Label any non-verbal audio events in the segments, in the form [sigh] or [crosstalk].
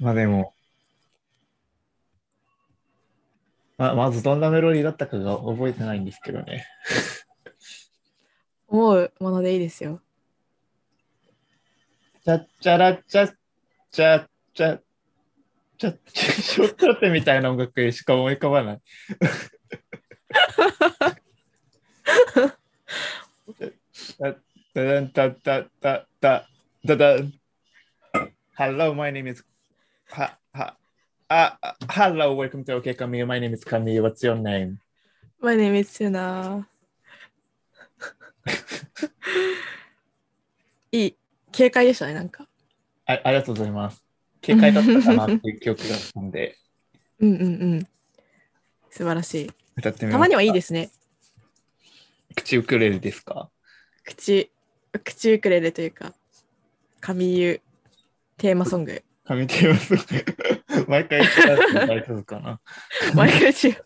まあでも、まあ、まずどんなメロディーだったかが覚えてないんですけどね。思うものでいいですよ。チャッチャラチャッチャッチャッチャッチャッショートラテみたいな音楽しか思い浮かばない。タタタタタタタタ Hello, my name is ははああ Hello, welcome to OK Kami. My name is Kami. What's your name? My name is Suna. いい、軽快でしたね、なんか。あありがとうございます。警戒だったかなっていう記憶があったん [laughs] で、うんうんうん。素晴らしい。歌ってみたまにはいいでですね。す。口ウクレレですか口、口ウクレレというか、神優テーマソング。紙テーマソング [laughs] 毎回歌って大丈夫かな毎回違う。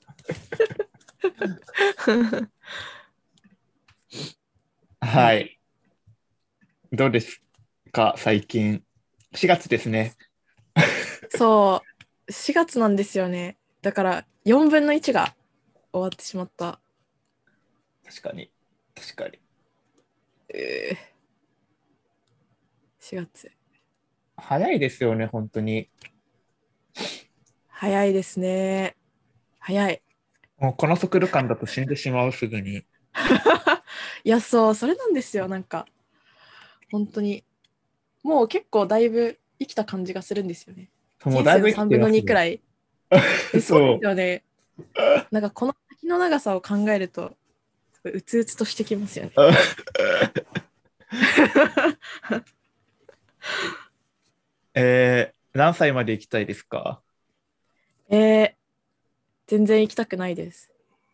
はい。どうですか、最近。4月ですね。そう、4月なんですよね。だから、4分の1が終わってしまった。確かに。確かに。えー4月。早いですよね、本当に。早いですね。早い。もうこの速度感だと死んでしまう、すぐに。いやそうそれなんですよなんか本当にもう結構だいぶ生きた感じがするんですよね。もうだいぶ人生の3分の2くい。[laughs] らい。そえそううですよね。なんかこの先の長さを考えるとすごいうつうつとしてきますよね。えー、何歳まで行きたいですかえー、全然行きたくないです。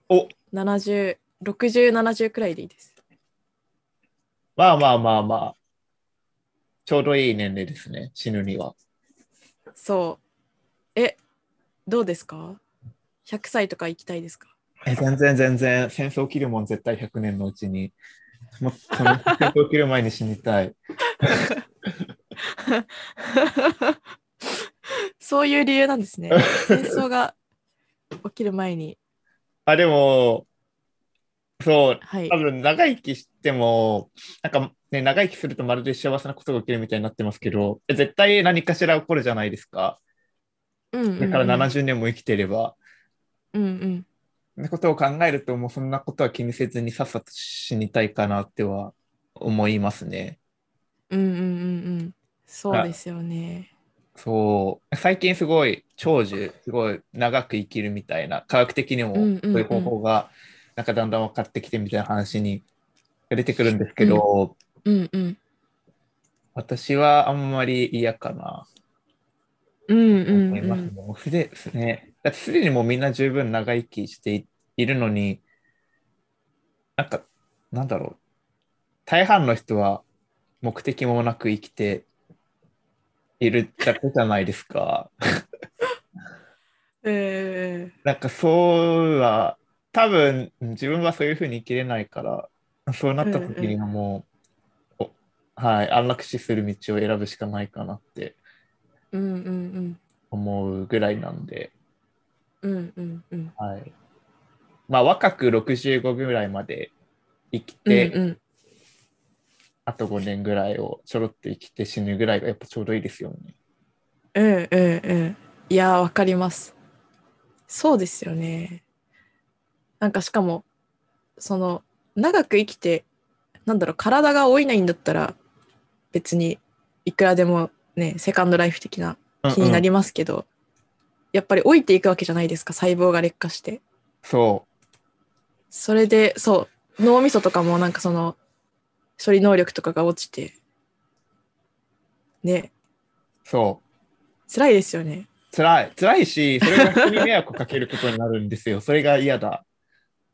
お70、60、70くらいでいいです。まあまあまあまあ。ちょうどいい年齢ですね、死ぬには。そう。え、どうですか ?100 歳とか行きたいですか [laughs] え全然全然、戦争切るもん絶対100年のうちに。もうその戦争切る前に死にたい。 [laughs] そういう理由なんですね。戦争が起きる前に。あ、でも、そう、はい多。分長生きしても、なんかね、長生きするとまるで幸せなことが起きるみたいになってますけど、え絶対何かしら起こるじゃないですか。うんうんうだんから70年も生きてれば。うんうん。ってことを考えると、もうそんなことは気にせずにさっさと死にたいかなっては思いますね。うんうんうんうん。そうですよね。そう、最近すごい長寿、すごい長く生きるみたいな、科学的にもうんうんうんそういう方法が、なんかだんだん分かってきてみたいな話に出てくるんですけど、うんうん。私はあんまり嫌かな。うんうん思いますうね。ん。もうすでですね。だってすでにもうみんな十分長生きしていいるのに、なんか、なんだろう。大半の人は目的もなく生きているだけじゃないですか。えなんかそうは、多分自分はそういうふうに生きれないから、そうなった時にはもう、おはい、安楽死する道を選ぶしかないかなってーうんうん思うぐらいなんで。うん。うんうんうん。はい。まあ、若く65ぐらいまで生きて、うんうん、あと5年ぐらいをちょろっと生きて死ぬぐらいがやっぱちょうどいいですよね。うんうんうん。いやー、わかります。そうですよね。なんかしかも、その、長く生きて、なんだろう、体が老いないんだったら、別にいくらでもね、セカンドライフ的な気になうんうんりますけど、やっぱり老いていくわけじゃないですか、細胞が劣化して。そそれで、そう、脳みそとかもなんかその、処理能力とかが落ちて、ね、う、そう。辛いですよね。辛い、辛いし、それが人に迷惑をかけることになるんですよ。それが嫌だ。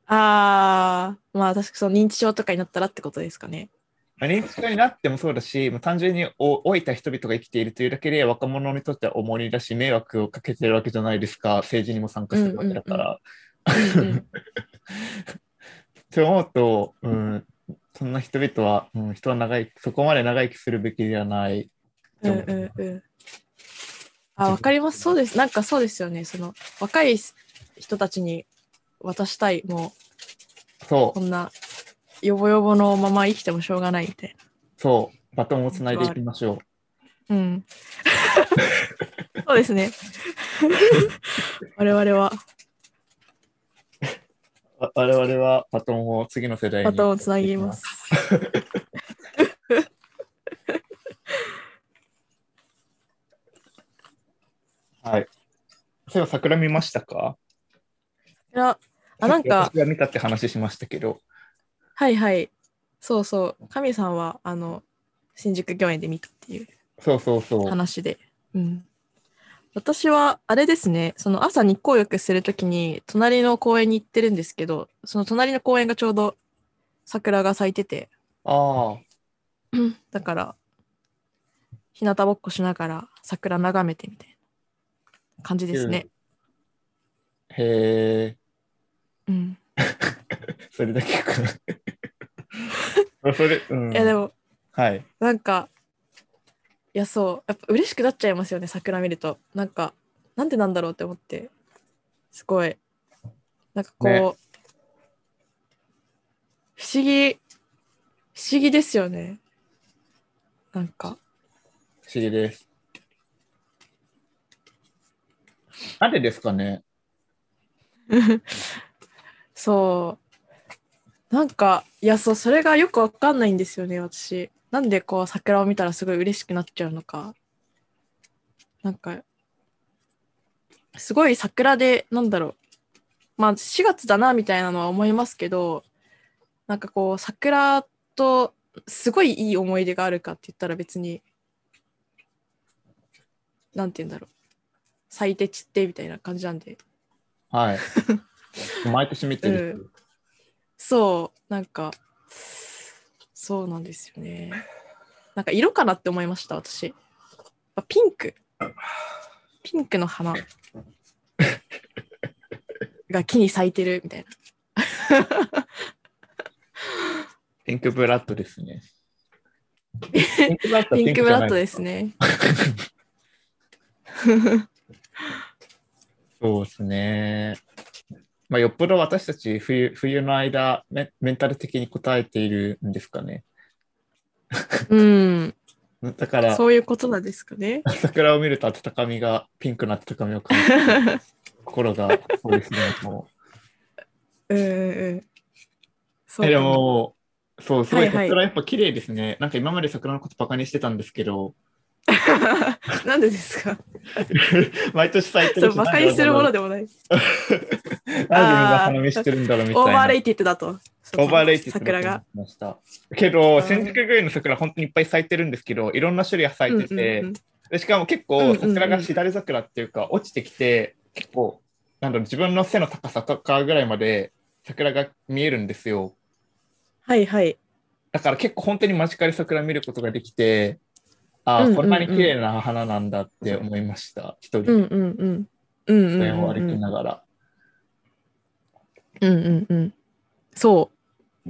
ああ、まあ確かその認知症とかになったらってことですか [laughs] ね。まあ認知症になってもそうだし、まあ単純にお老いた人々が生きているというだけで、若者にとっては重荷だし、迷惑をかけてるわけじゃないですか、政治にも参加するわけだから。うんうんうんって思うと、うん、そんな人々は、うん、人は長いそこまで長生きするべきではない。うんうんうん。あ、わかります。そうです。なんかそうですよね。その若い人たちに渡したい。もうそ、こんなよぼよぼのまま生きてもしょうがないみたいうそう、バトンをつないでいきましょう。な。うん。そうですね。我々はわ我々はバトンを次の世代にバトンをつなぎます。はい。そういえば桜見ましたかいや、あ、なんさっかき、私が見たって話しましたけど、はいはい。そうそう。神さんは、あの、新宿御苑で見たっていうそうそうそう。話で。うん。私は、あれですね、その朝日光浴するときに、隣の公園に行ってるんですけど、その隣の公園がちょうど桜が咲いてて、ああ、だから、日向ぼっこしながら桜眺めてみたいな感じですね。へえ、うん。それだけか。 [laughs] あそれ、うん。いや、でも、はい。なんか、いや、そう、やっぱ嬉しくなっちゃいますよね、桜見ると。なんか、なんでなんだろうって思って、すごい、なんかこう、ね不思議、不思議ですよね。なんか、不思議です。なんでですかねそう、なんか、いや、そう、それがよくわかんないんですよね、私。なんでこう、桜を見たらすごい嬉しくなっちゃうのか。なんか、すごい桜で、なんだろう。まあ、4月だな、みたいなのは思いますけど、なんかこう、桜と、すごいいい思い出があるかって言ったら別に、なんて言うんだろう。咲いて散ってみたいな感じなんで、 [laughs] はい。毎年見てる。そう、なんか、そうなんですよね。なんか色かなって思いました、私。やっぱピンク。ピンク [laughs] の花が木に咲いてるみたいな。ピンクブラッドです [laughs] ね。ピンクブラッドピンクブラッす。ドですね。そうですね。まあ、よっぽど私たち冬冬の間メ、メンタル的に応えているんですかね。うん。だから、そういうことなんですかね。 [laughs] 桜を見ると温かみが、ピンクの温かみを感じる心が、そうですね。もうんうんうん。そううえかでなも、そう、すごいはいはい桜やっぱ綺麗ですね。なんか今まで桜のことバカにしてたんですけど、 [laughs] [laughs] なんでですか毎年咲いてそるう、馬鹿にするものでもなない。んでみんな花見してるんだろうみたいオーなバー。レイティッドだと。オーバーレイティッドだ桜と思がい。ました。けど、うん新宿御苑の桜、本当にいっぱい咲いてるんですけど、いろんな種類咲いてて、うんうんうんでしかも結うんうんう構、ん桜がしだれ桜っていうか、落ちてきて、結構、なんだろう、自分の背の高さとかぐらいまで桜が見えるんですよ。はいはい。だから結構、本当に間近で桜見ることができて、あうんあ、うんうんこんなに綺麗な花なんだって思いました。一人うでんうんうん。うんうんうん、公園を歩うきん。ながら。うんうんうん。そう。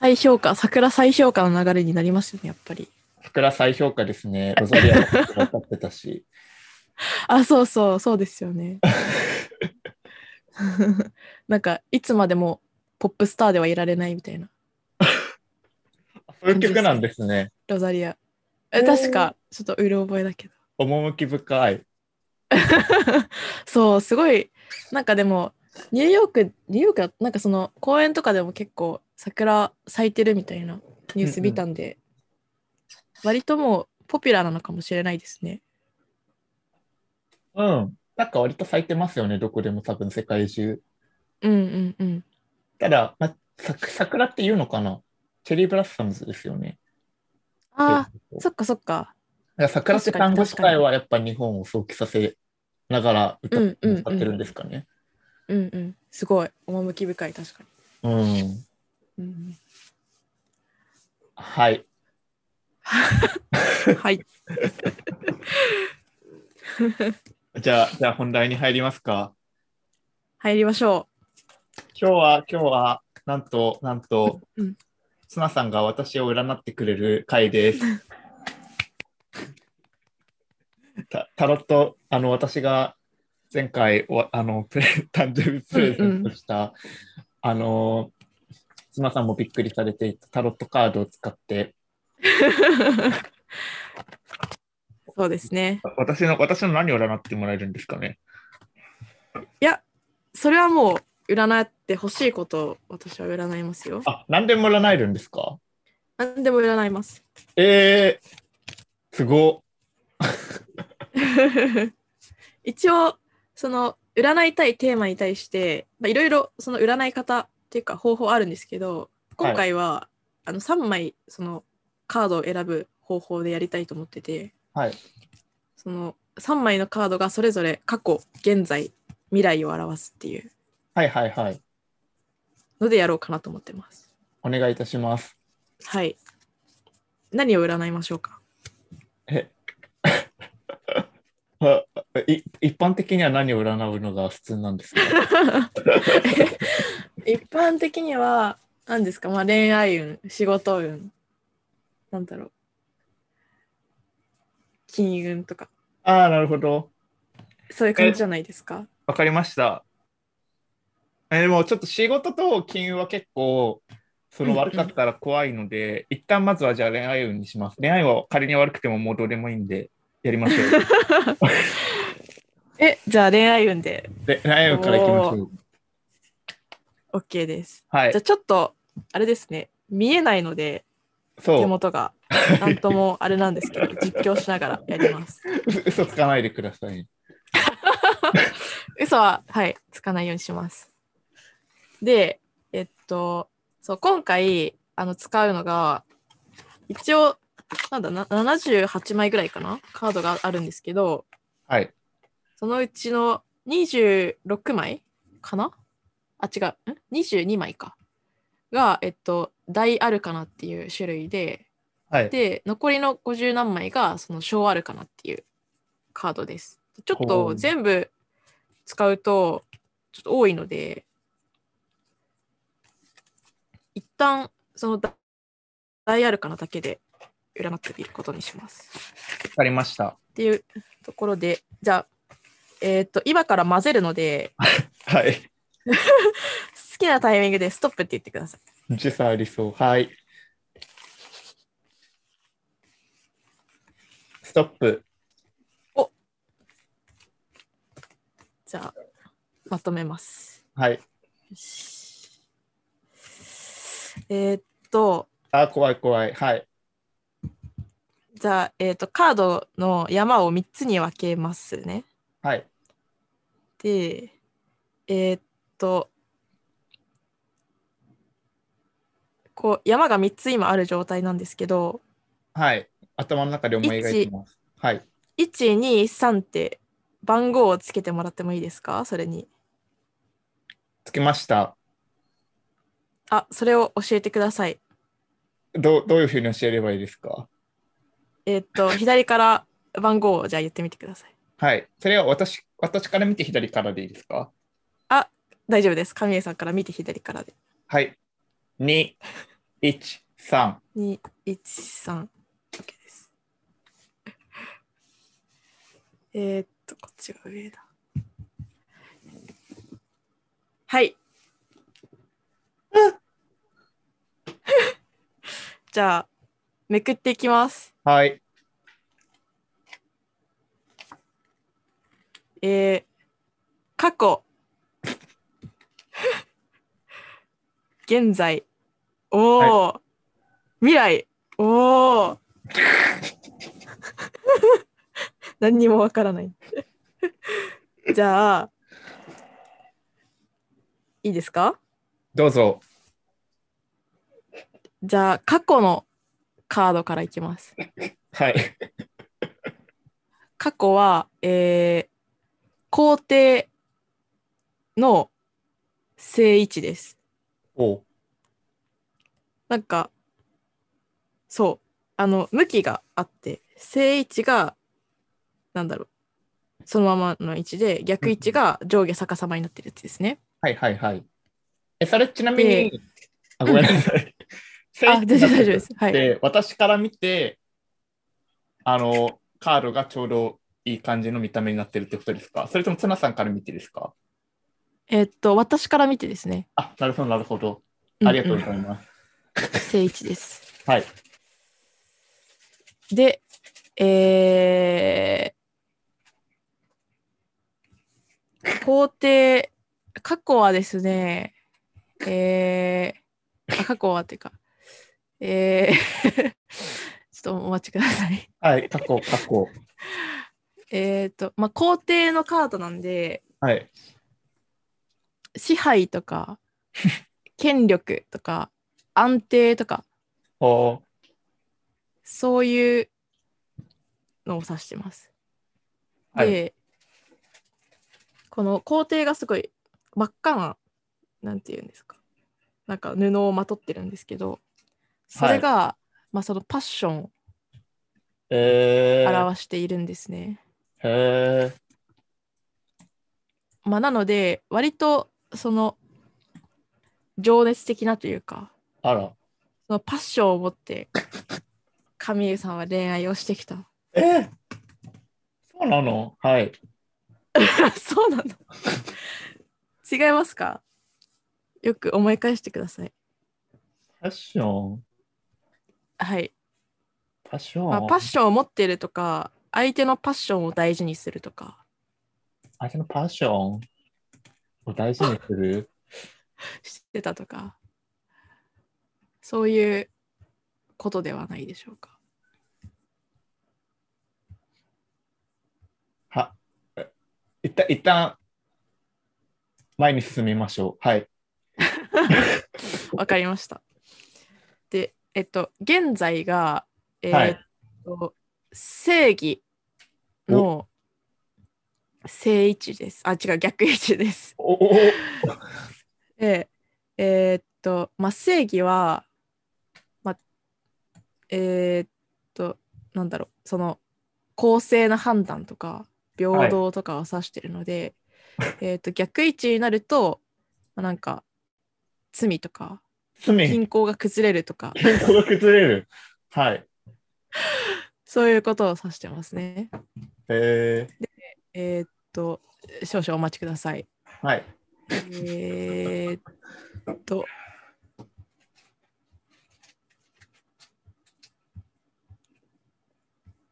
再評価、桜再評価の流れになりますよね、やっぱり。桜再評価ですね。ロザリアの桜立ってた [laughs] し。あ、そうそう、そうですよね。 [laughs] なんか、いつまでもポップスターではいられないみたいな、そういう曲なんですね。ロザリア。え確か、ちょっとうる覚えだけど。趣深い。そう、すごい、なんかでも、ニューヨーク、ニューヨークだ、なんかその公園とかでも結構桜咲いてるみたいなニュース見たんで、割ともうポピュラーなのかもしれないですね。うん。なんか割と咲いてますよね、どこでも多分世界中。うんうんうん。ただ、まあ、さ桜っていうのかなチェリーブラッサムズですよね。ああ、そうそっかそっか。だから桜って単語自体はやっぱ日本を想起させながら歌ってうんうんうん歌ってるんですかね。うんうん。すごい、趣深い、確かうんに。うんはい。 [laughs] うん、はい。じゃあ、じゃあ本題に入りますか。入りましょ今日は、今日は、なんと、なんと、うんツナさんが私を占ってくれる回です。タタロット、あの、私が前回お、あの、 [laughs] プレ誕生日プレゼントした、あの、妻さんもびっくりされていたタロットカードを使って、 [laughs] そうですね。私の、私の何を占ってもらえるんですかね。いや、それはもう占ってほしいことを私は占いますよ。あ、何でも占えるんですか何でも占います。えー、すご。 [laughs] 一応その占いたいテーマに対してまあいろいろその占い方っていうか方法あるんですけど今回は、あの3枚そのカードを選ぶ方法でやりたいと思っててはい。その3枚のカードがそれぞれ過去現在未来を表すっていうはいはいはい。のでやろうかなと思ってますお願いいたします。はい何を占いましょうかえあい一般的には何を占うのが普通なんですか一般的には何ですか、まあ、恋愛運仕事運なんだろう金運とか [laughs] ああ、なるほど。そういう感じじゃないですかわかりました。えでもちょっと仕事と金融は結構そうんのうん悪かったら怖いので、一旦まずはじゃあ恋愛運にします。恋愛は仮に悪くてももうどうでもいいんでやりましょ [laughs] う。えじゃあ恋愛運でで恋愛運からいきましょう。 OK です、はいじゃあ。ちょっとあれですね見えないのでそ手う。元がなんともあれなんで [laughs] すけど実況しながらやります嘘嘘つかないでください。嘘ははいつかないようにしますでえっとそう今回あの使うのが一応なんだな78枚ぐらいかなカードがあるんですけどはい。そのうちの26枚かなあ違うん22枚かがえっと大アルカナっていう種類ではい。で残りの50何枚がその小アルカナっていうカードですちょっほとう全部使うとちょっと多いので一旦その大アルカナだけで占ってみることにしますわかりました。っていうところでじゃあえっ、と今から混ぜるのではい。好きなタイミングでストップって言ってください時差ありそう。はい。ストップ。じゃあまとめますはい。よしえーっとあー、怖い怖い。はい。じゃあ、えー、とカードの山を3つに分けますね。はい。でえーっとこう山が3つ今ある状態なんですけどはい。頭の中で思い描いてます。はい。 123って番号をつけてもらってもいいですかそれに。つけました。あそれを教えてください。どうどういうふうに教えればいいですかえーっと左から番号をじゃあ言ってみてください。はい。それは私私から見て左からでいいですか大丈夫です。神江さんから見て左からで。はい。2、1、3。 2、1、3。OK です。 [laughs] えーっと、こっちが上だ。はい。 [laughs] じゃあ、めくっていきます。はい。えー、過去。現在。おお、未来。おお。何にもわからない。じゃあ、いいですかどうぞ。じゃあ、過去のカードからいきます。はい。 [laughs] 過去は、えー、皇帝の正位置です。おうなんかそうあの向きがあって正位置がなんだろうそのままの位置で逆位置が上下逆さまになってるやつですね。はいはいはい。え、それちなみでに、あ、ごめんなさ [laughs] い。あ全然大丈夫です。はい。で、私から見て、あの、カードがちょうどいい感じの見た目になってるってことですかそれともツナさんから見てですかえっと、私から見てですね。あ、なるほど、なるほど。うんありがとうございます。うん正一です。はい。で、えー、皇帝、過去はですね、えー、あ過去はっていうか、えー、 [laughs] ちょっとお待ちください。はい、過去、過去。えっ、ー、と、まあ、皇帝のカードなんで、はい。支配とか、権力とか、安定とか、おそういうのを指してます。で、はい。この皇帝がすごい真っ赤な、なんていうんですか、なんか布をまとってるんですけど、それが、まあそのパッションをえー、表しているんですね。えまあなので、割とその情熱的なというか、ー、あら。そのパッションを持って、神湯さんは恋愛をしてきた。 [laughs] えー、そうなのはい。そうなの違いますかよく思い返してください。パッション。はい。パッション。まあ、パッションを持ってるとか相手のパッションを大事にするとか相手のパッションを大事にする。してたとかそういうことではないでしょうかは、え一旦、一旦、前に進みましょう。はい。わかりましたでえっと現在がえーっと、正義の正位置ですあ違う逆位置ですおおおでえーっと、まあ、正義は、まあ、えーっとなんだろうその公正な判断とか平等とかを指してるので、えーっと逆位置になると、まあ、なんか罪とか罪、均衡が崩れるとか健康が崩れる。はい。そういうことを指してますね。ええーっと少々お待ちください。ー、はい。えーっと。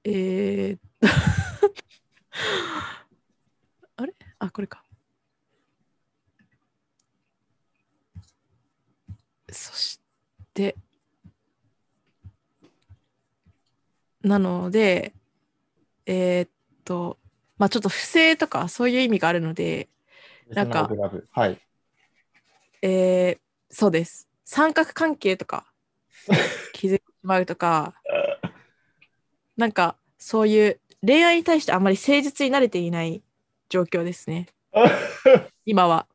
えーっと。 [laughs] あれあ、これか。そして。なので、えーっと、まあちょっと不正とかそういう意味があるので、なんかラブラブ。 [laughs] はい。えーそうです。三角関係とか気づいてしまうとか、なんかそういう恋愛に対してあんまり誠実に慣れていない状況ですね、今は。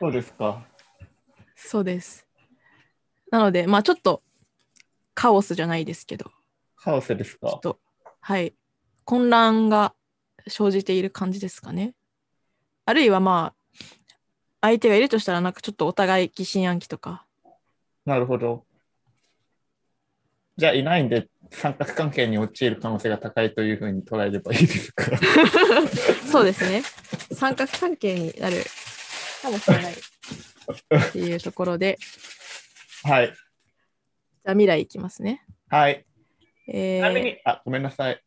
そうですか。そうです。なので、まあちょっとカオスじゃないですけど、カオスですちょかっ。と、はい、混乱が生じている感じですかね。あるいはまあ、相手がいるとしたら、なんかちょっとお互い疑心暗鬼とか、なるほど。じゃあ、いないんで、三角関係に陥る可能性が高いというふうに捉えればいいですか。そうですね。三角関係になるかもしれないっていうところで、はい。じゃあ未来いきますね。はい。えちなみー、に、あ、ごめんなさい。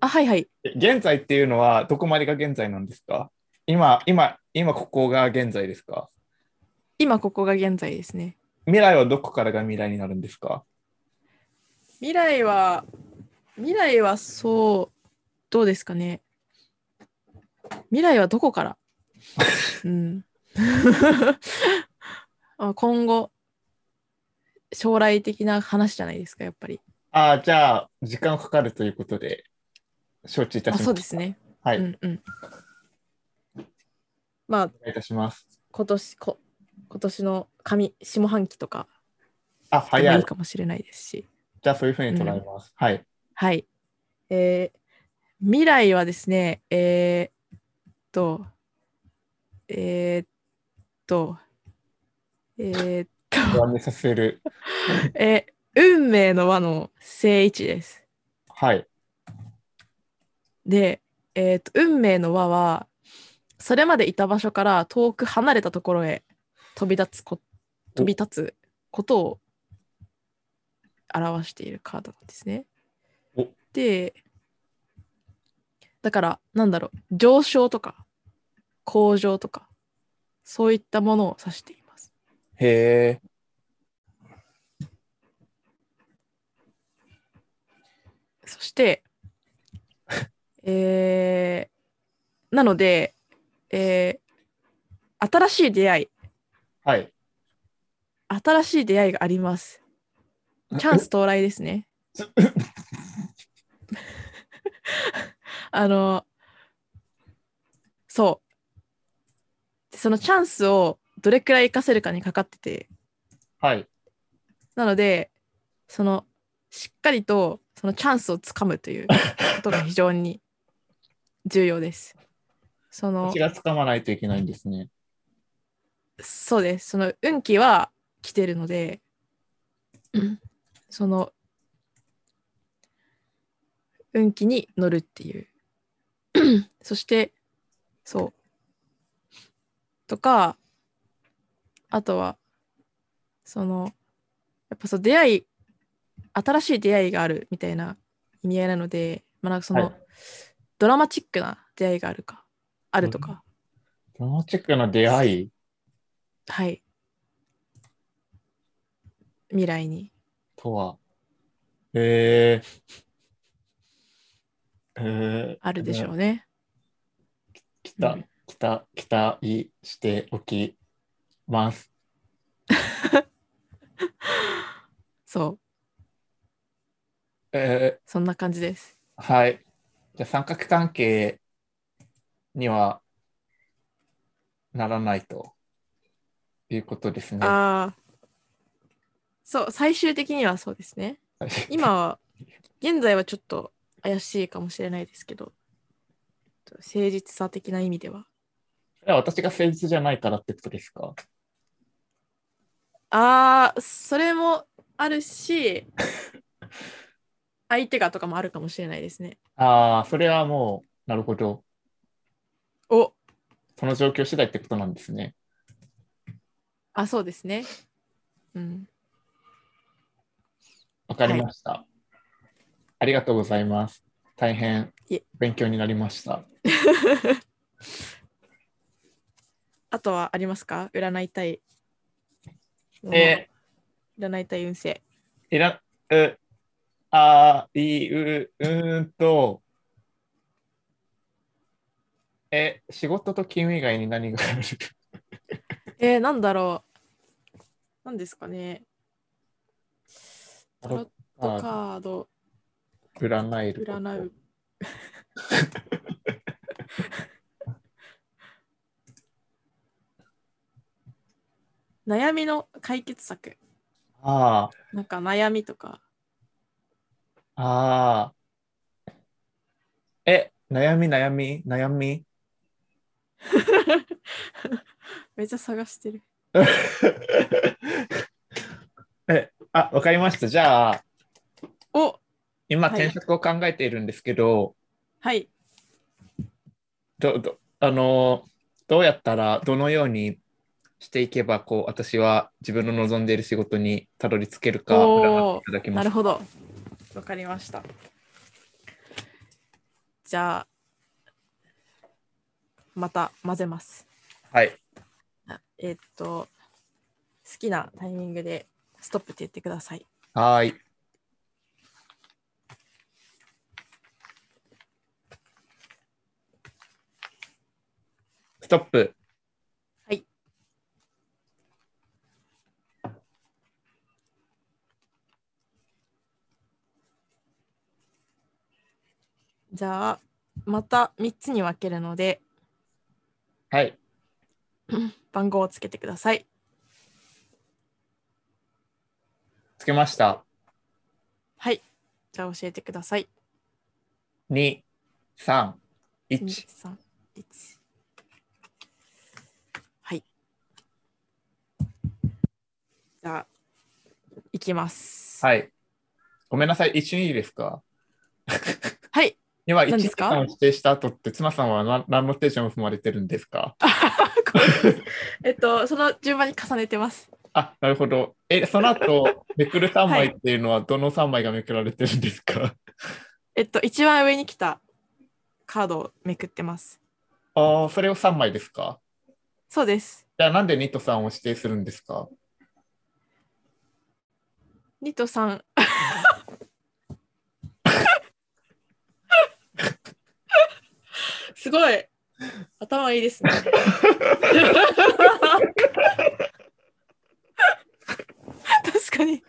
あ、はいはい。え現在っていうのは、どこまでが現在なんですか今、今、今、ここが現在ですか今ここが現在ですね。未来はどこからが未来になるんですか未来は、未来はそう、どうですかね。未来はどこからうん。 [laughs] あ今後、将来的な話じゃないですか、やっぱり。ああ、じゃあ、時間かかるということで、承知いたしあました。そうです。ね。はい。うおんうん。まあ、願いいたします。今年こ今年の上下半期とかあ、でも早いいい。かもしれないですし、じゃあ、そういうふうに捉えます。はい。はい、えー未来はですね、えーっと、えーっと、えーっと、不安にさせる。え運命の輪の正位置です。はい。で、えーと運命の輪はそれまでいた場所から遠く離れたところへ飛び立つこお飛び立つことを表しているカードなんですねお。でだからなんだろう上昇とか向上とかそういったものを指しています。へえ。そして、 [laughs] えーなので、えー新しい出会い、はい。新しい出会いがあります。チャンス到来ですね。 [laughs] あの、そう。そのチャンスをどれくらい活かせるかにかかってて、はい。なので、その、しっかりとそのチャンスをつかむということが非常に重要です。[laughs] その気、がつかまないといけないんですね。そうです。その運気は来てるので、うんその運気に乗るっていう。そして、そう。とか、あとは、その、やっぱそう、出会い、新しい出会いがあるみたいな意味合いなので、まあ、なんかその、はいドラマチックな出会いがあるか、あるとか、ドラマチックな出会いはい。未来に。とは。へえ。へえ。あるでしょうね。期待、うん期待、期待しておきます。そう。えそんな感じです。ー、はい。じゃあ三角関係にはならないということですね。ああ。そう、最終的にはそうですね。今は、現在はちょっと怪しいかもしれないですけど、誠実さ的な意味では。それは私が誠実じゃないからってことですかああ、それもあるし、相手がとかもあるかもしれないですね。ああ、それはもう、なるほど。おその状況次第ってことなんですね。あ、そうですね。うん。わかりました、ありがとうございます。大変いえ勉強になりました。あとはありますか占いたい。え占いたい運勢。いら、う、あいう、うーんと、え、仕事と勤務以外に何があるえー、なんだろう。なんですかね。タロットあカード、占えること。占う。 [laughs] 悩みの解決策。あなんか悩みとか。あ、ああ。え、悩み、悩み、悩み。 [laughs] めっちゃ探してる。え、あ、わかりました。じゃあ、お今、はい転職を考えているんですけど、はい。どどあのどうやったらどのようにしていけばこう私は自分の望んでいる仕事にたどり着けるかお占っーていただけまなするほど。わかりました。じゃあ、また混ぜます。はいあえーっと、好きなタイミングでストップって言ってください。はーいストップはいじゃあ、また3つに分けるので、はい番号をつけてください。つけましたはい。じゃあ、教えてください。 231 2、3、1。はい。じゃあ、いきます。はい。ごめんなさい、一瞬いいですかはい。今、1何時ですか間を指定した後って、妻さんは何何のステージを踏まれてるんですかえっと、その順番に重ねてます。あ、なるほど。え、その後、めくる3枚っていうのは、どの3枚がめくられてるんですか、えっと、一番上に来たカードをめくってます。ああ、それを3枚ですかそうです。じゃあ、なんで2と3を指定するんですか2と3。すごい。頭いいですね。確 [laughs] かに。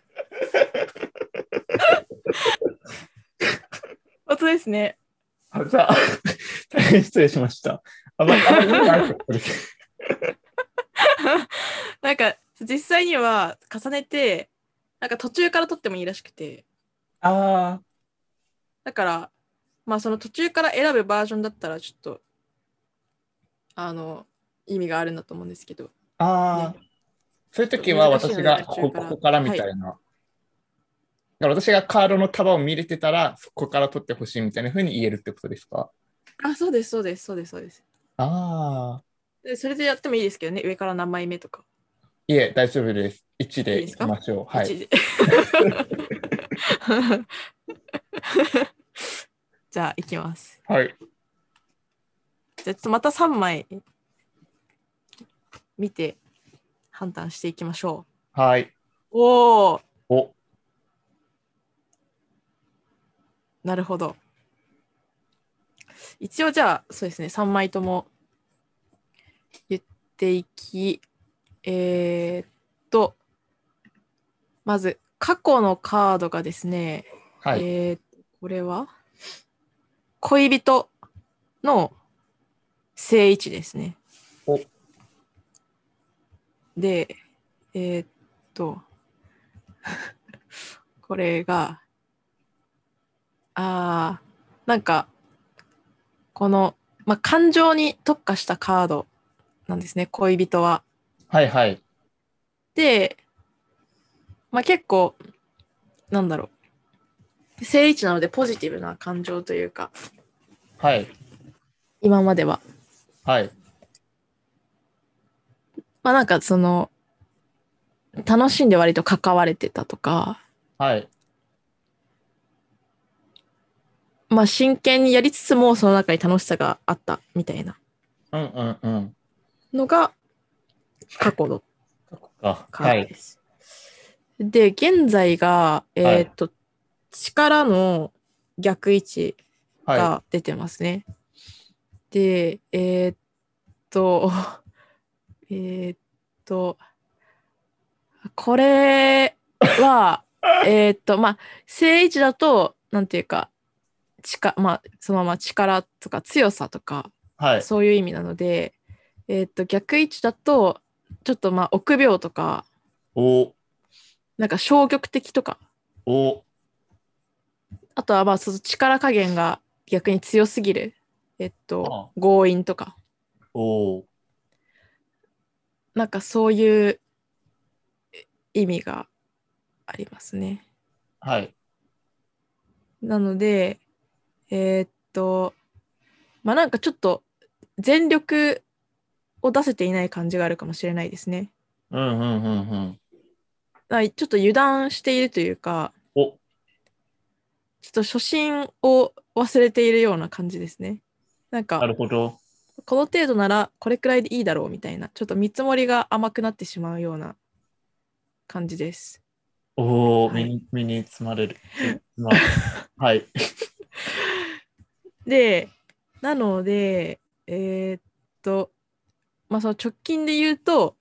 本当ですね。あじゃあ、大変失礼しました。あまり、あまり意味ないことですなんか実際には重ねてなんか途中から取ってもいいらしくてあだからまあその途中から選ぶバージョンだったらちょっとあの意味があるんだと思うんですけどあ、ああ、ねそういう時は難しい私のでが途こ中こからここからみたいな。だから私がカードの束を見れてたら、そこから取ってほしいみたいな風に言えるってことですかあそうですそうですそうですそうですああ、でそれでやってもいいですけどね上から何枚目とか、いえ、大丈夫です。1いでいでいすきかましょう。はい。一時 [laughs] じゃあ行きますはい。じゃあちょっとまた3枚見て判断していきましょはい。うおおお、なるほど。一応じゃあ、そうですね、3枚とも言っていき、えーっと、まず、過去のカードがですね、はい。えーっと、これは、恋人の正位置ですね。おで、えーっと、 [laughs] これが、あーなんか、この、まあ、感情に特化したカードなんですね、恋人は。はいはい。で、まあ、結構なんだろう正位置なのでポジティブな感情というかはい。今までははい。まあなんかその楽しんで割と関われてたとか、はい。まあ、真剣にやりつつもその中に楽しさがあったみたいなうんうんうん。のが過去のそっか。カはードい。です。で現在がえーっと、力の逆位置はが出てますね。で、えーっと、 [laughs] えーっと、これ [laughs] は、えーっと、まあ、正位置だと、なんていうか、力まあ、そのまま力とか強さとか、い。はい。そういう意味なので、えーっと、逆位置だと、ちょっとまあ、臆病とか、お、なんか消極的とか、お、あとはまあ、その力加減が逆に強すぎる、えっと、強引とか、お。なんかそういうえ意味がありますね。はい。なので、えーっと、まあなんかちょっと全力を出せていない感じがあるかもしれないですね。うんうんうんうん。だからちょっと油断しているというか、お、ちょっと初心を忘れているような感じですね。なんなかるほど。この程度ならこれくらいでいいだろうみたいな、ちょっと見積もりが甘くなってしまうような感じです。おお、はい身に身につまれる。つ [laughs] まはい。で、なので、えーっと、まあ、その直近で言うと、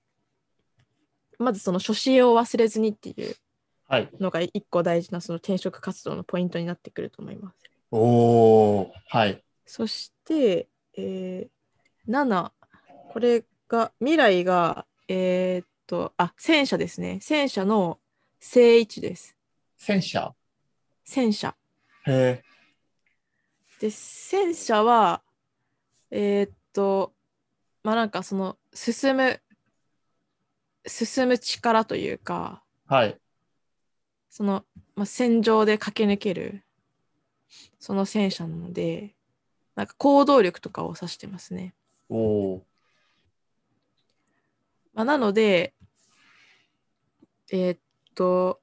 まずその初心を忘れずにっていうはい。のが一個大事なその転職活動のポイントになってくると思います。おお、はい。そして、えー、7、これが、未来が、えーっと、あ、戦車ですね。戦車の正位置です。戦車戦車。へえ。で戦車はえーっとまあなんかその進む進む力というかはい。その、まあ、戦場で駆け抜けるその戦車なのでなんか行動力とかを指してますね。おお。まあ、なので、えーっと、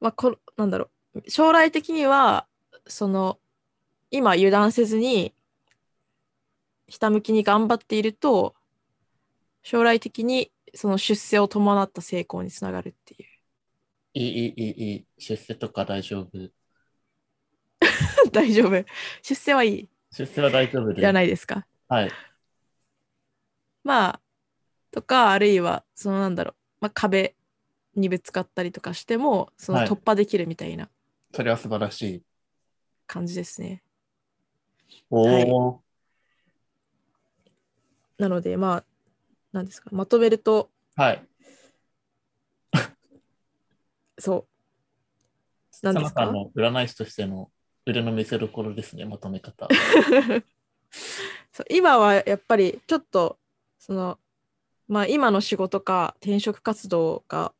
まあ、こなんだろう、将来的には、その、今油断せずに、ひたむきに頑張っていると、将来的にその出世を伴った成功につながるっていう。 [laughs] いい、いい、いい、いい。出世とか大丈夫。大丈夫。出世はいい出世は大丈夫でじゃす。ないですか。はい。まあ、とか、あるいは、そのなんだろう、まあ、壁にぶつかったりとかしても、そのはい突破できるみたいなそれは素晴らしい。感じですね。おお、なので、まあ、なんですか、まとめると、はい。そう、サ何でナすさかんの占い師としての腕の見せ所ですね、まとめ方。そう今はやっぱりちょっと、その、まあ、今の仕事か転職活動が、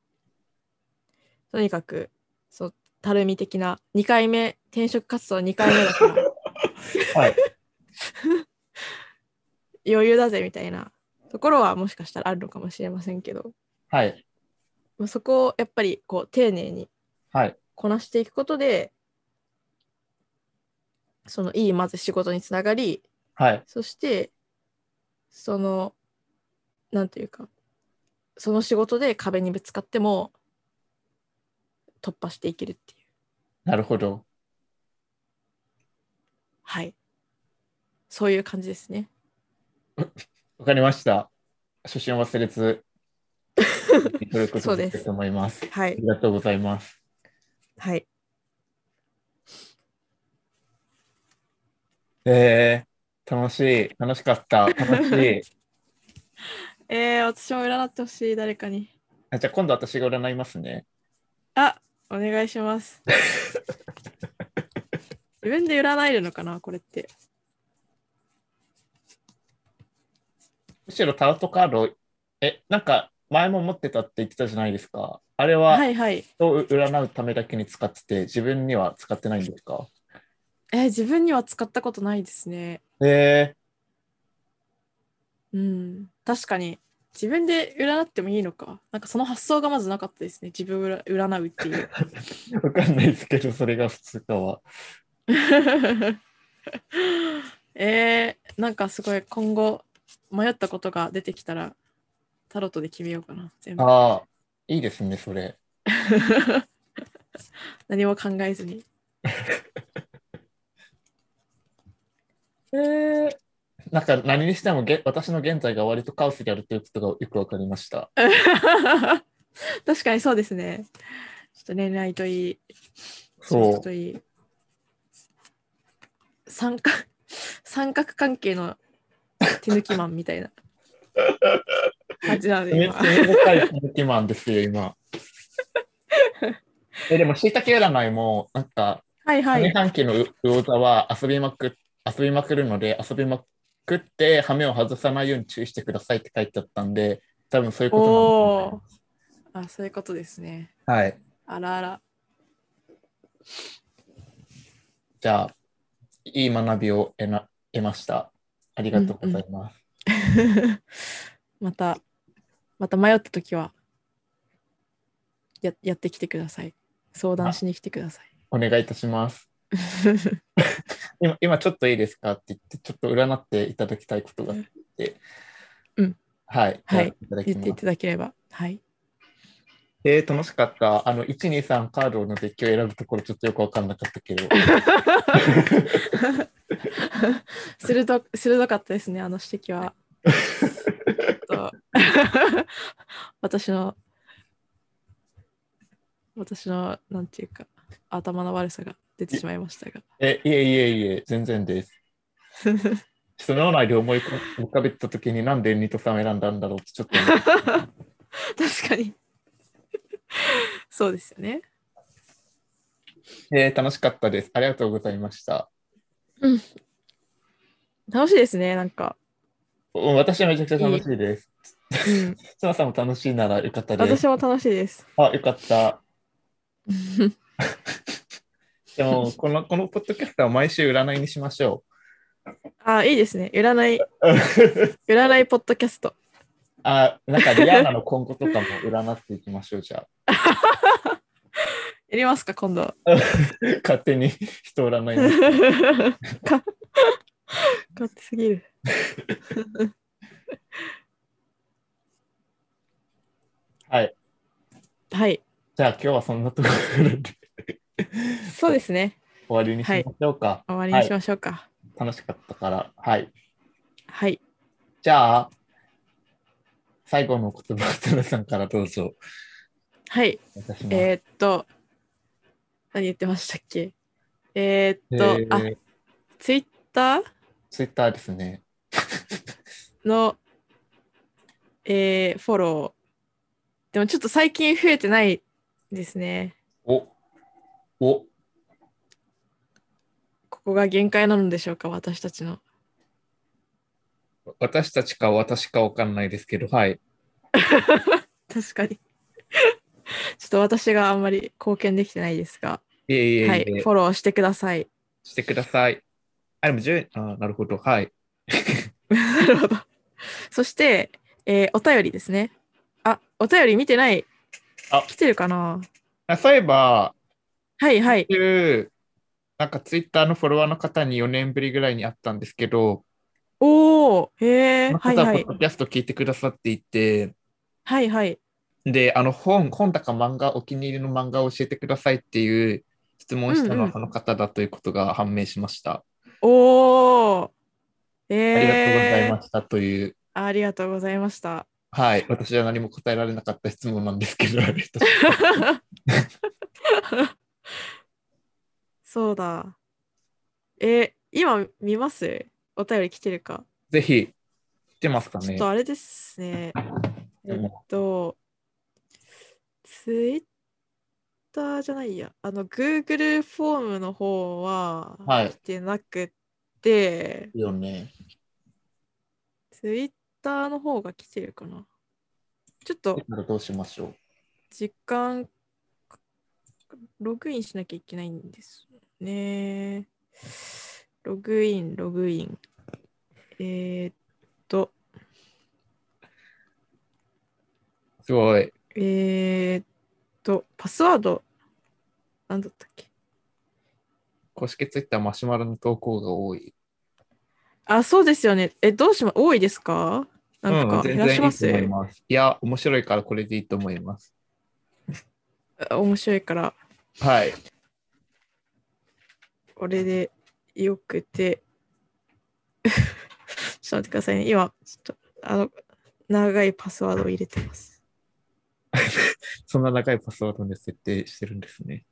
とにかく、そう、たるみ的な、2回目、転職活動2回目だから、 [laughs] はい。余裕だぜみたいなところはもしかしたらあるのかもしれませんけど、はい。まあ、そこをやっぱりこう丁寧にはい。こなしていくことでそのいいまず仕事につながりはい。そしてそのなんていうかその仕事で壁にぶつかっても突破していけるっていうなるほど。はいそういう感じですねわかりました。初心を忘れず、 [laughs] 努力をそ続うけですたいと思います。はあいりがとうございます。はいえー、楽しい。楽しかった。楽し [laughs] い。えー、私も占ってほしい誰かにあじゃあ今度私が占いますね。あお願いします自分で占えるのかなこれってむしろタロットカード、え、なんか前も持ってたって言ってたじゃないですか。あれははいはい人を占うためだけに使ってて、自分には使ってないんですかえー自分には使ったことないですね。えー、うん。確かに。自分で占ってもいいのか。なんかその発想がまずなかったですね。自分を占占うっていう。[laughs] [laughs] わかんないですけど、それが普通かは。えー、なんかすごい今後迷ったことが出てきたらタロットで決めようかな。全部。ああ、いいですね、それ。何も考えずに。 [laughs] えー、なんか何にしてもげ私の現在が割とカオスであるということがよくわかりました。確かにそうですね。ちょっと恋愛といい、仕そう事といい。三角、 [laughs] 三角関係の手抜きマンみたいな感じなのでめっ今ちゃ。深い気マンですよ、 [laughs] 今。えでも、しいたけ占いも、なんか、はいは上い。半期のう魚座は遊びまく遊びまくるので、遊びまくって、羽目を外さないように注意してくださいって書いてあったんで、多分そういうことなんだと思いおまお。あ、そういうことですね。すはい。あらあら。 [laughs] じゃあ、いい学びを得な得ました。ありがとうございます。また、また迷ったときはや、やってきてください。相談しに来てください。お願いいたし [laughs] ます。今、今ちょっといいですかって言って、ちょっと占っていただきたいことがあって。うん。はい。はじゃあいいただき言っています。ただければ。はい。えー、楽しかった。あの、1、2、3カードのデッキを選ぶところ、ちょっとよくわかんなかったけど。 [laughs] 鋭鋭かったですね、あの指摘は。ちょっと私の、私の、なんていうか、頭の悪さが出てしまいましたが。え、いえいえいえ、全然です。その内で思い浮かべたときに、なんで2と3選んだんだろうって、ちょっと思って。確かに。そうですよね。えー、楽しかったです。ありがとうございました。楽しいですね、なんか。お私はめちゃくちゃ楽しいです。うん、 [laughs] ツナさんも楽しいならよかったです。私も楽しいです。 [laughs] あ、よかった。でも、この、このポッドキャストは毎週占いにしましょあ、いいですね。占い、う。占いポッドキャスト。あ、なんかリアーナの今後とかも占っていきましょう、じ [laughs] ゃやりますか、今度は。あ。勝手に人占いに。 [laughs] か勝手すぎる。はい。はい、じゃあ今日はそんなところでそうですね。終わりにしましょうか。終わりにしましょうか。楽しかったから。はい。はい。じゃあ、最後の言葉、つるさんからどうぞ。はい。お願いしますえーっと、何言ってましたっけえーっと、あ、えーツイッターツイッターですね。の、えーフォロー。でもちょっと最近増えてないですね。おおここが限界なのでしょうか、私たちの。私たちか私かわかんないですけど、はい。確かに。 [laughs] ちょっと私があんまり貢献できてないですが、いえいえいえ、はい、フォローしてください。してください。あ、でも10、あなるほど、はい。なるほど。そして、えーお便りですね。あ、お便り見てない。あ来てるかなあそういえば、はいはい。 10なんかツイッターのフォロワーの方に4年ぶりぐらいに会ったんですけど、おおへえ、まはたいポッ。はいドキャスト聞いてくださっていて、はいはい。で、あの本、本だか漫画、お気に入りの漫画を教えてくださいっていう質問をしたのうんうはんこの方だということが判明しました。おおえありがとうございえましたという、ありがとうございました。 [laughs] はい、私は何も答えられなかった質問なんですけど、ありがとうございますそうだ。えー今見ますお便り来てるか。ぜひ、来てますかちょっねと。あれです [laughs] ね。えでっもと、ツイッターじゃないや、あの、Google フォームの方ははい来てなくて、いいよね。ツイッターの方が来てるかな。ちょっとだからどうしましょう。時間、ログインしなきゃいけないんですよね。ログイン、ログイン。えーっと、すごい。えーっと、パスワード、なんだったっけ公式ツイッターマシュマロの投稿が多い。あ、そうですよね。え、どうしま、多いですかなんか、全減ら然いしまいとす思います。いや、面白いからこれでいいと思います。あ面白いから、はい。これでよくて。 [laughs] ちょっと待ってくださいね。今、ちょっと、あの、長いパスワードを入れてます。そんな長いパスワードで設定してるんです [laughs] ね。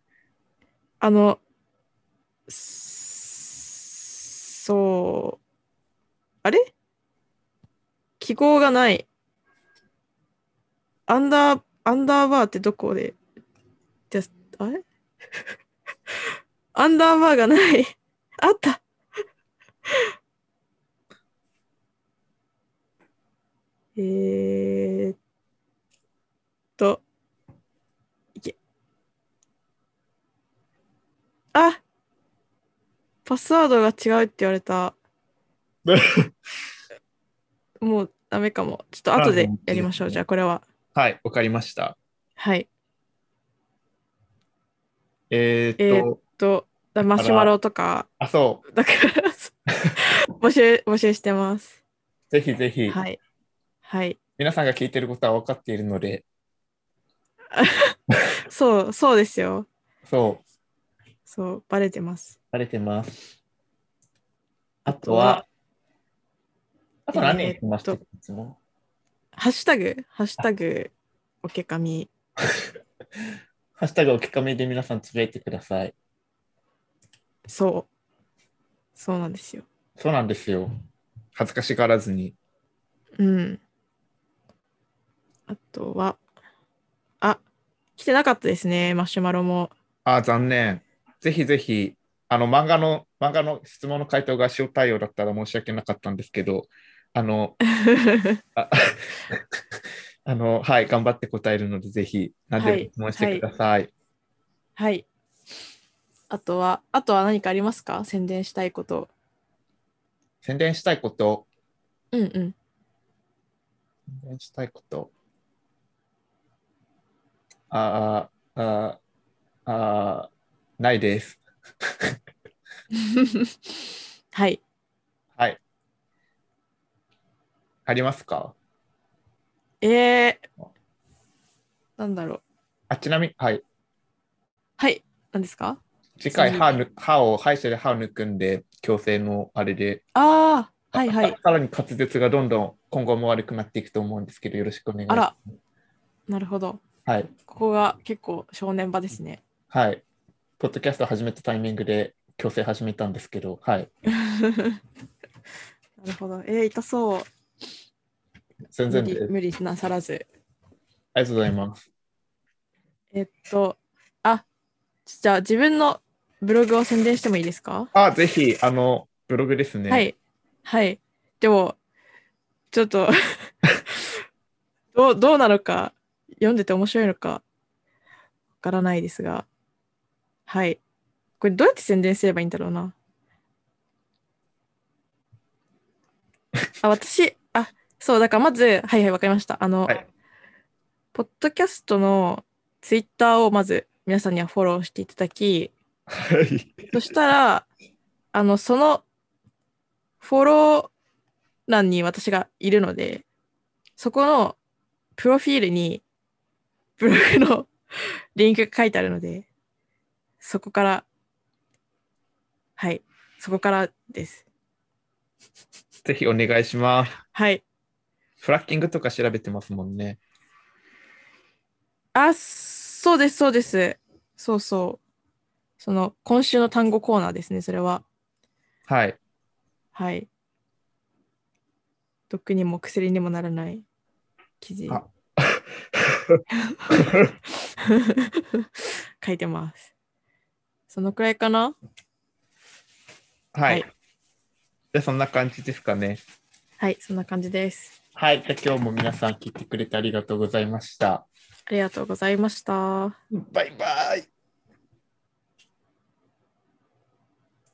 あの、すそう。あれ記号がない。アンダー、アンダーバーってどこでですあれ [laughs] アンダーバーがない。あった。えーっと。いけ。あパスワードが違うって言われた。もうダメかも。ちょっと後でやりましょあう。でもいいですねじゃあこれは。はい、わかりました。はい。えーっと、と、だマシュマロとか、あ、そう、だから [laughs] 募集、募集してます。ぜひぜひ、はい。はい。皆さんが聞いてることは分かっているので、そう、そうですよ。そう、そう、バレてます。バレてます。あととはは、あと何言ってましたっけいつもハッシュタグ、ハッシュタグ、おけかみ。ハッシュタグおきかめで皆さんつぶやいてください。そう。そうなんですよ。そうなんですよ。恥ずかしがらずに。うん。あとは、あ、来てなかったですね、マシュマロも。あー、残念。ぜひぜひ、あの、漫画の、漫画の質問の回答が塩対応だったら申し訳なかったんですけど、あ [laughs] の、あ [laughs] あの、はい、頑張って答えるので、ぜひ、何でも質問してください。はい。あとは、あとは何かありますか宣伝したいこと。宣伝したいこと、うんうん。宣伝したいこと。あーあー、あーないです。 [laughs] [laughs] はい。はい。ありますかえー、なんだろう。あ、ちなみに、はい。はい。何ですか次回次歯ぬ、歯を、歯医者で歯を抜くんで、矯正のあれで、ああ、はいはいさ。さらに滑舌がどんどん今後も悪くなっていくと思うんですけど、よろしくお願いしあます。ら、なるほど。はい。ここが結構正念場ですね。 [laughs] はい。ポッドキャスト始めたタイミングで矯正始めたんですけど、はい。なるほど。えー、痛そう。全無然です。理無理なさらず。ありがとうございます。えっと、あじゃあ自分のブログを宣伝してもいいですか、あ、ぜひ、あの、ブログですね。は。い。はい。でも、ちょっとどう、どうなのか、読んでて面白いのか、わからないですが、はい。これどうやって宣伝すればいいんだろうな。あ、私、あ、そう、だからまず、はいはい、わかりました。あの、はいポッドキャストのツイッターをまず皆さんにはフォローしていただき、はい。 [laughs] そしたら、あの、そのフォロー欄に私がいるので、そこのプロフィールにブログのリンクが書いてあるので、そこから、はい、そこからです。ぜひお願いします。はい。フラッキングとか調べてますもんね。あ、そうです、そうです。そうそう。その、今週の単語コーナーですね、それは。はい。はい。毒にも薬にもならない記事。あ [laughs] 書いてます。そのくらいかなははいい。じゃあそんな感じですかね。はい、そんな感じです。はい。じゃあ今日も皆さん聞いてくれてありがとうございました。ありがとうございました。バイバイ。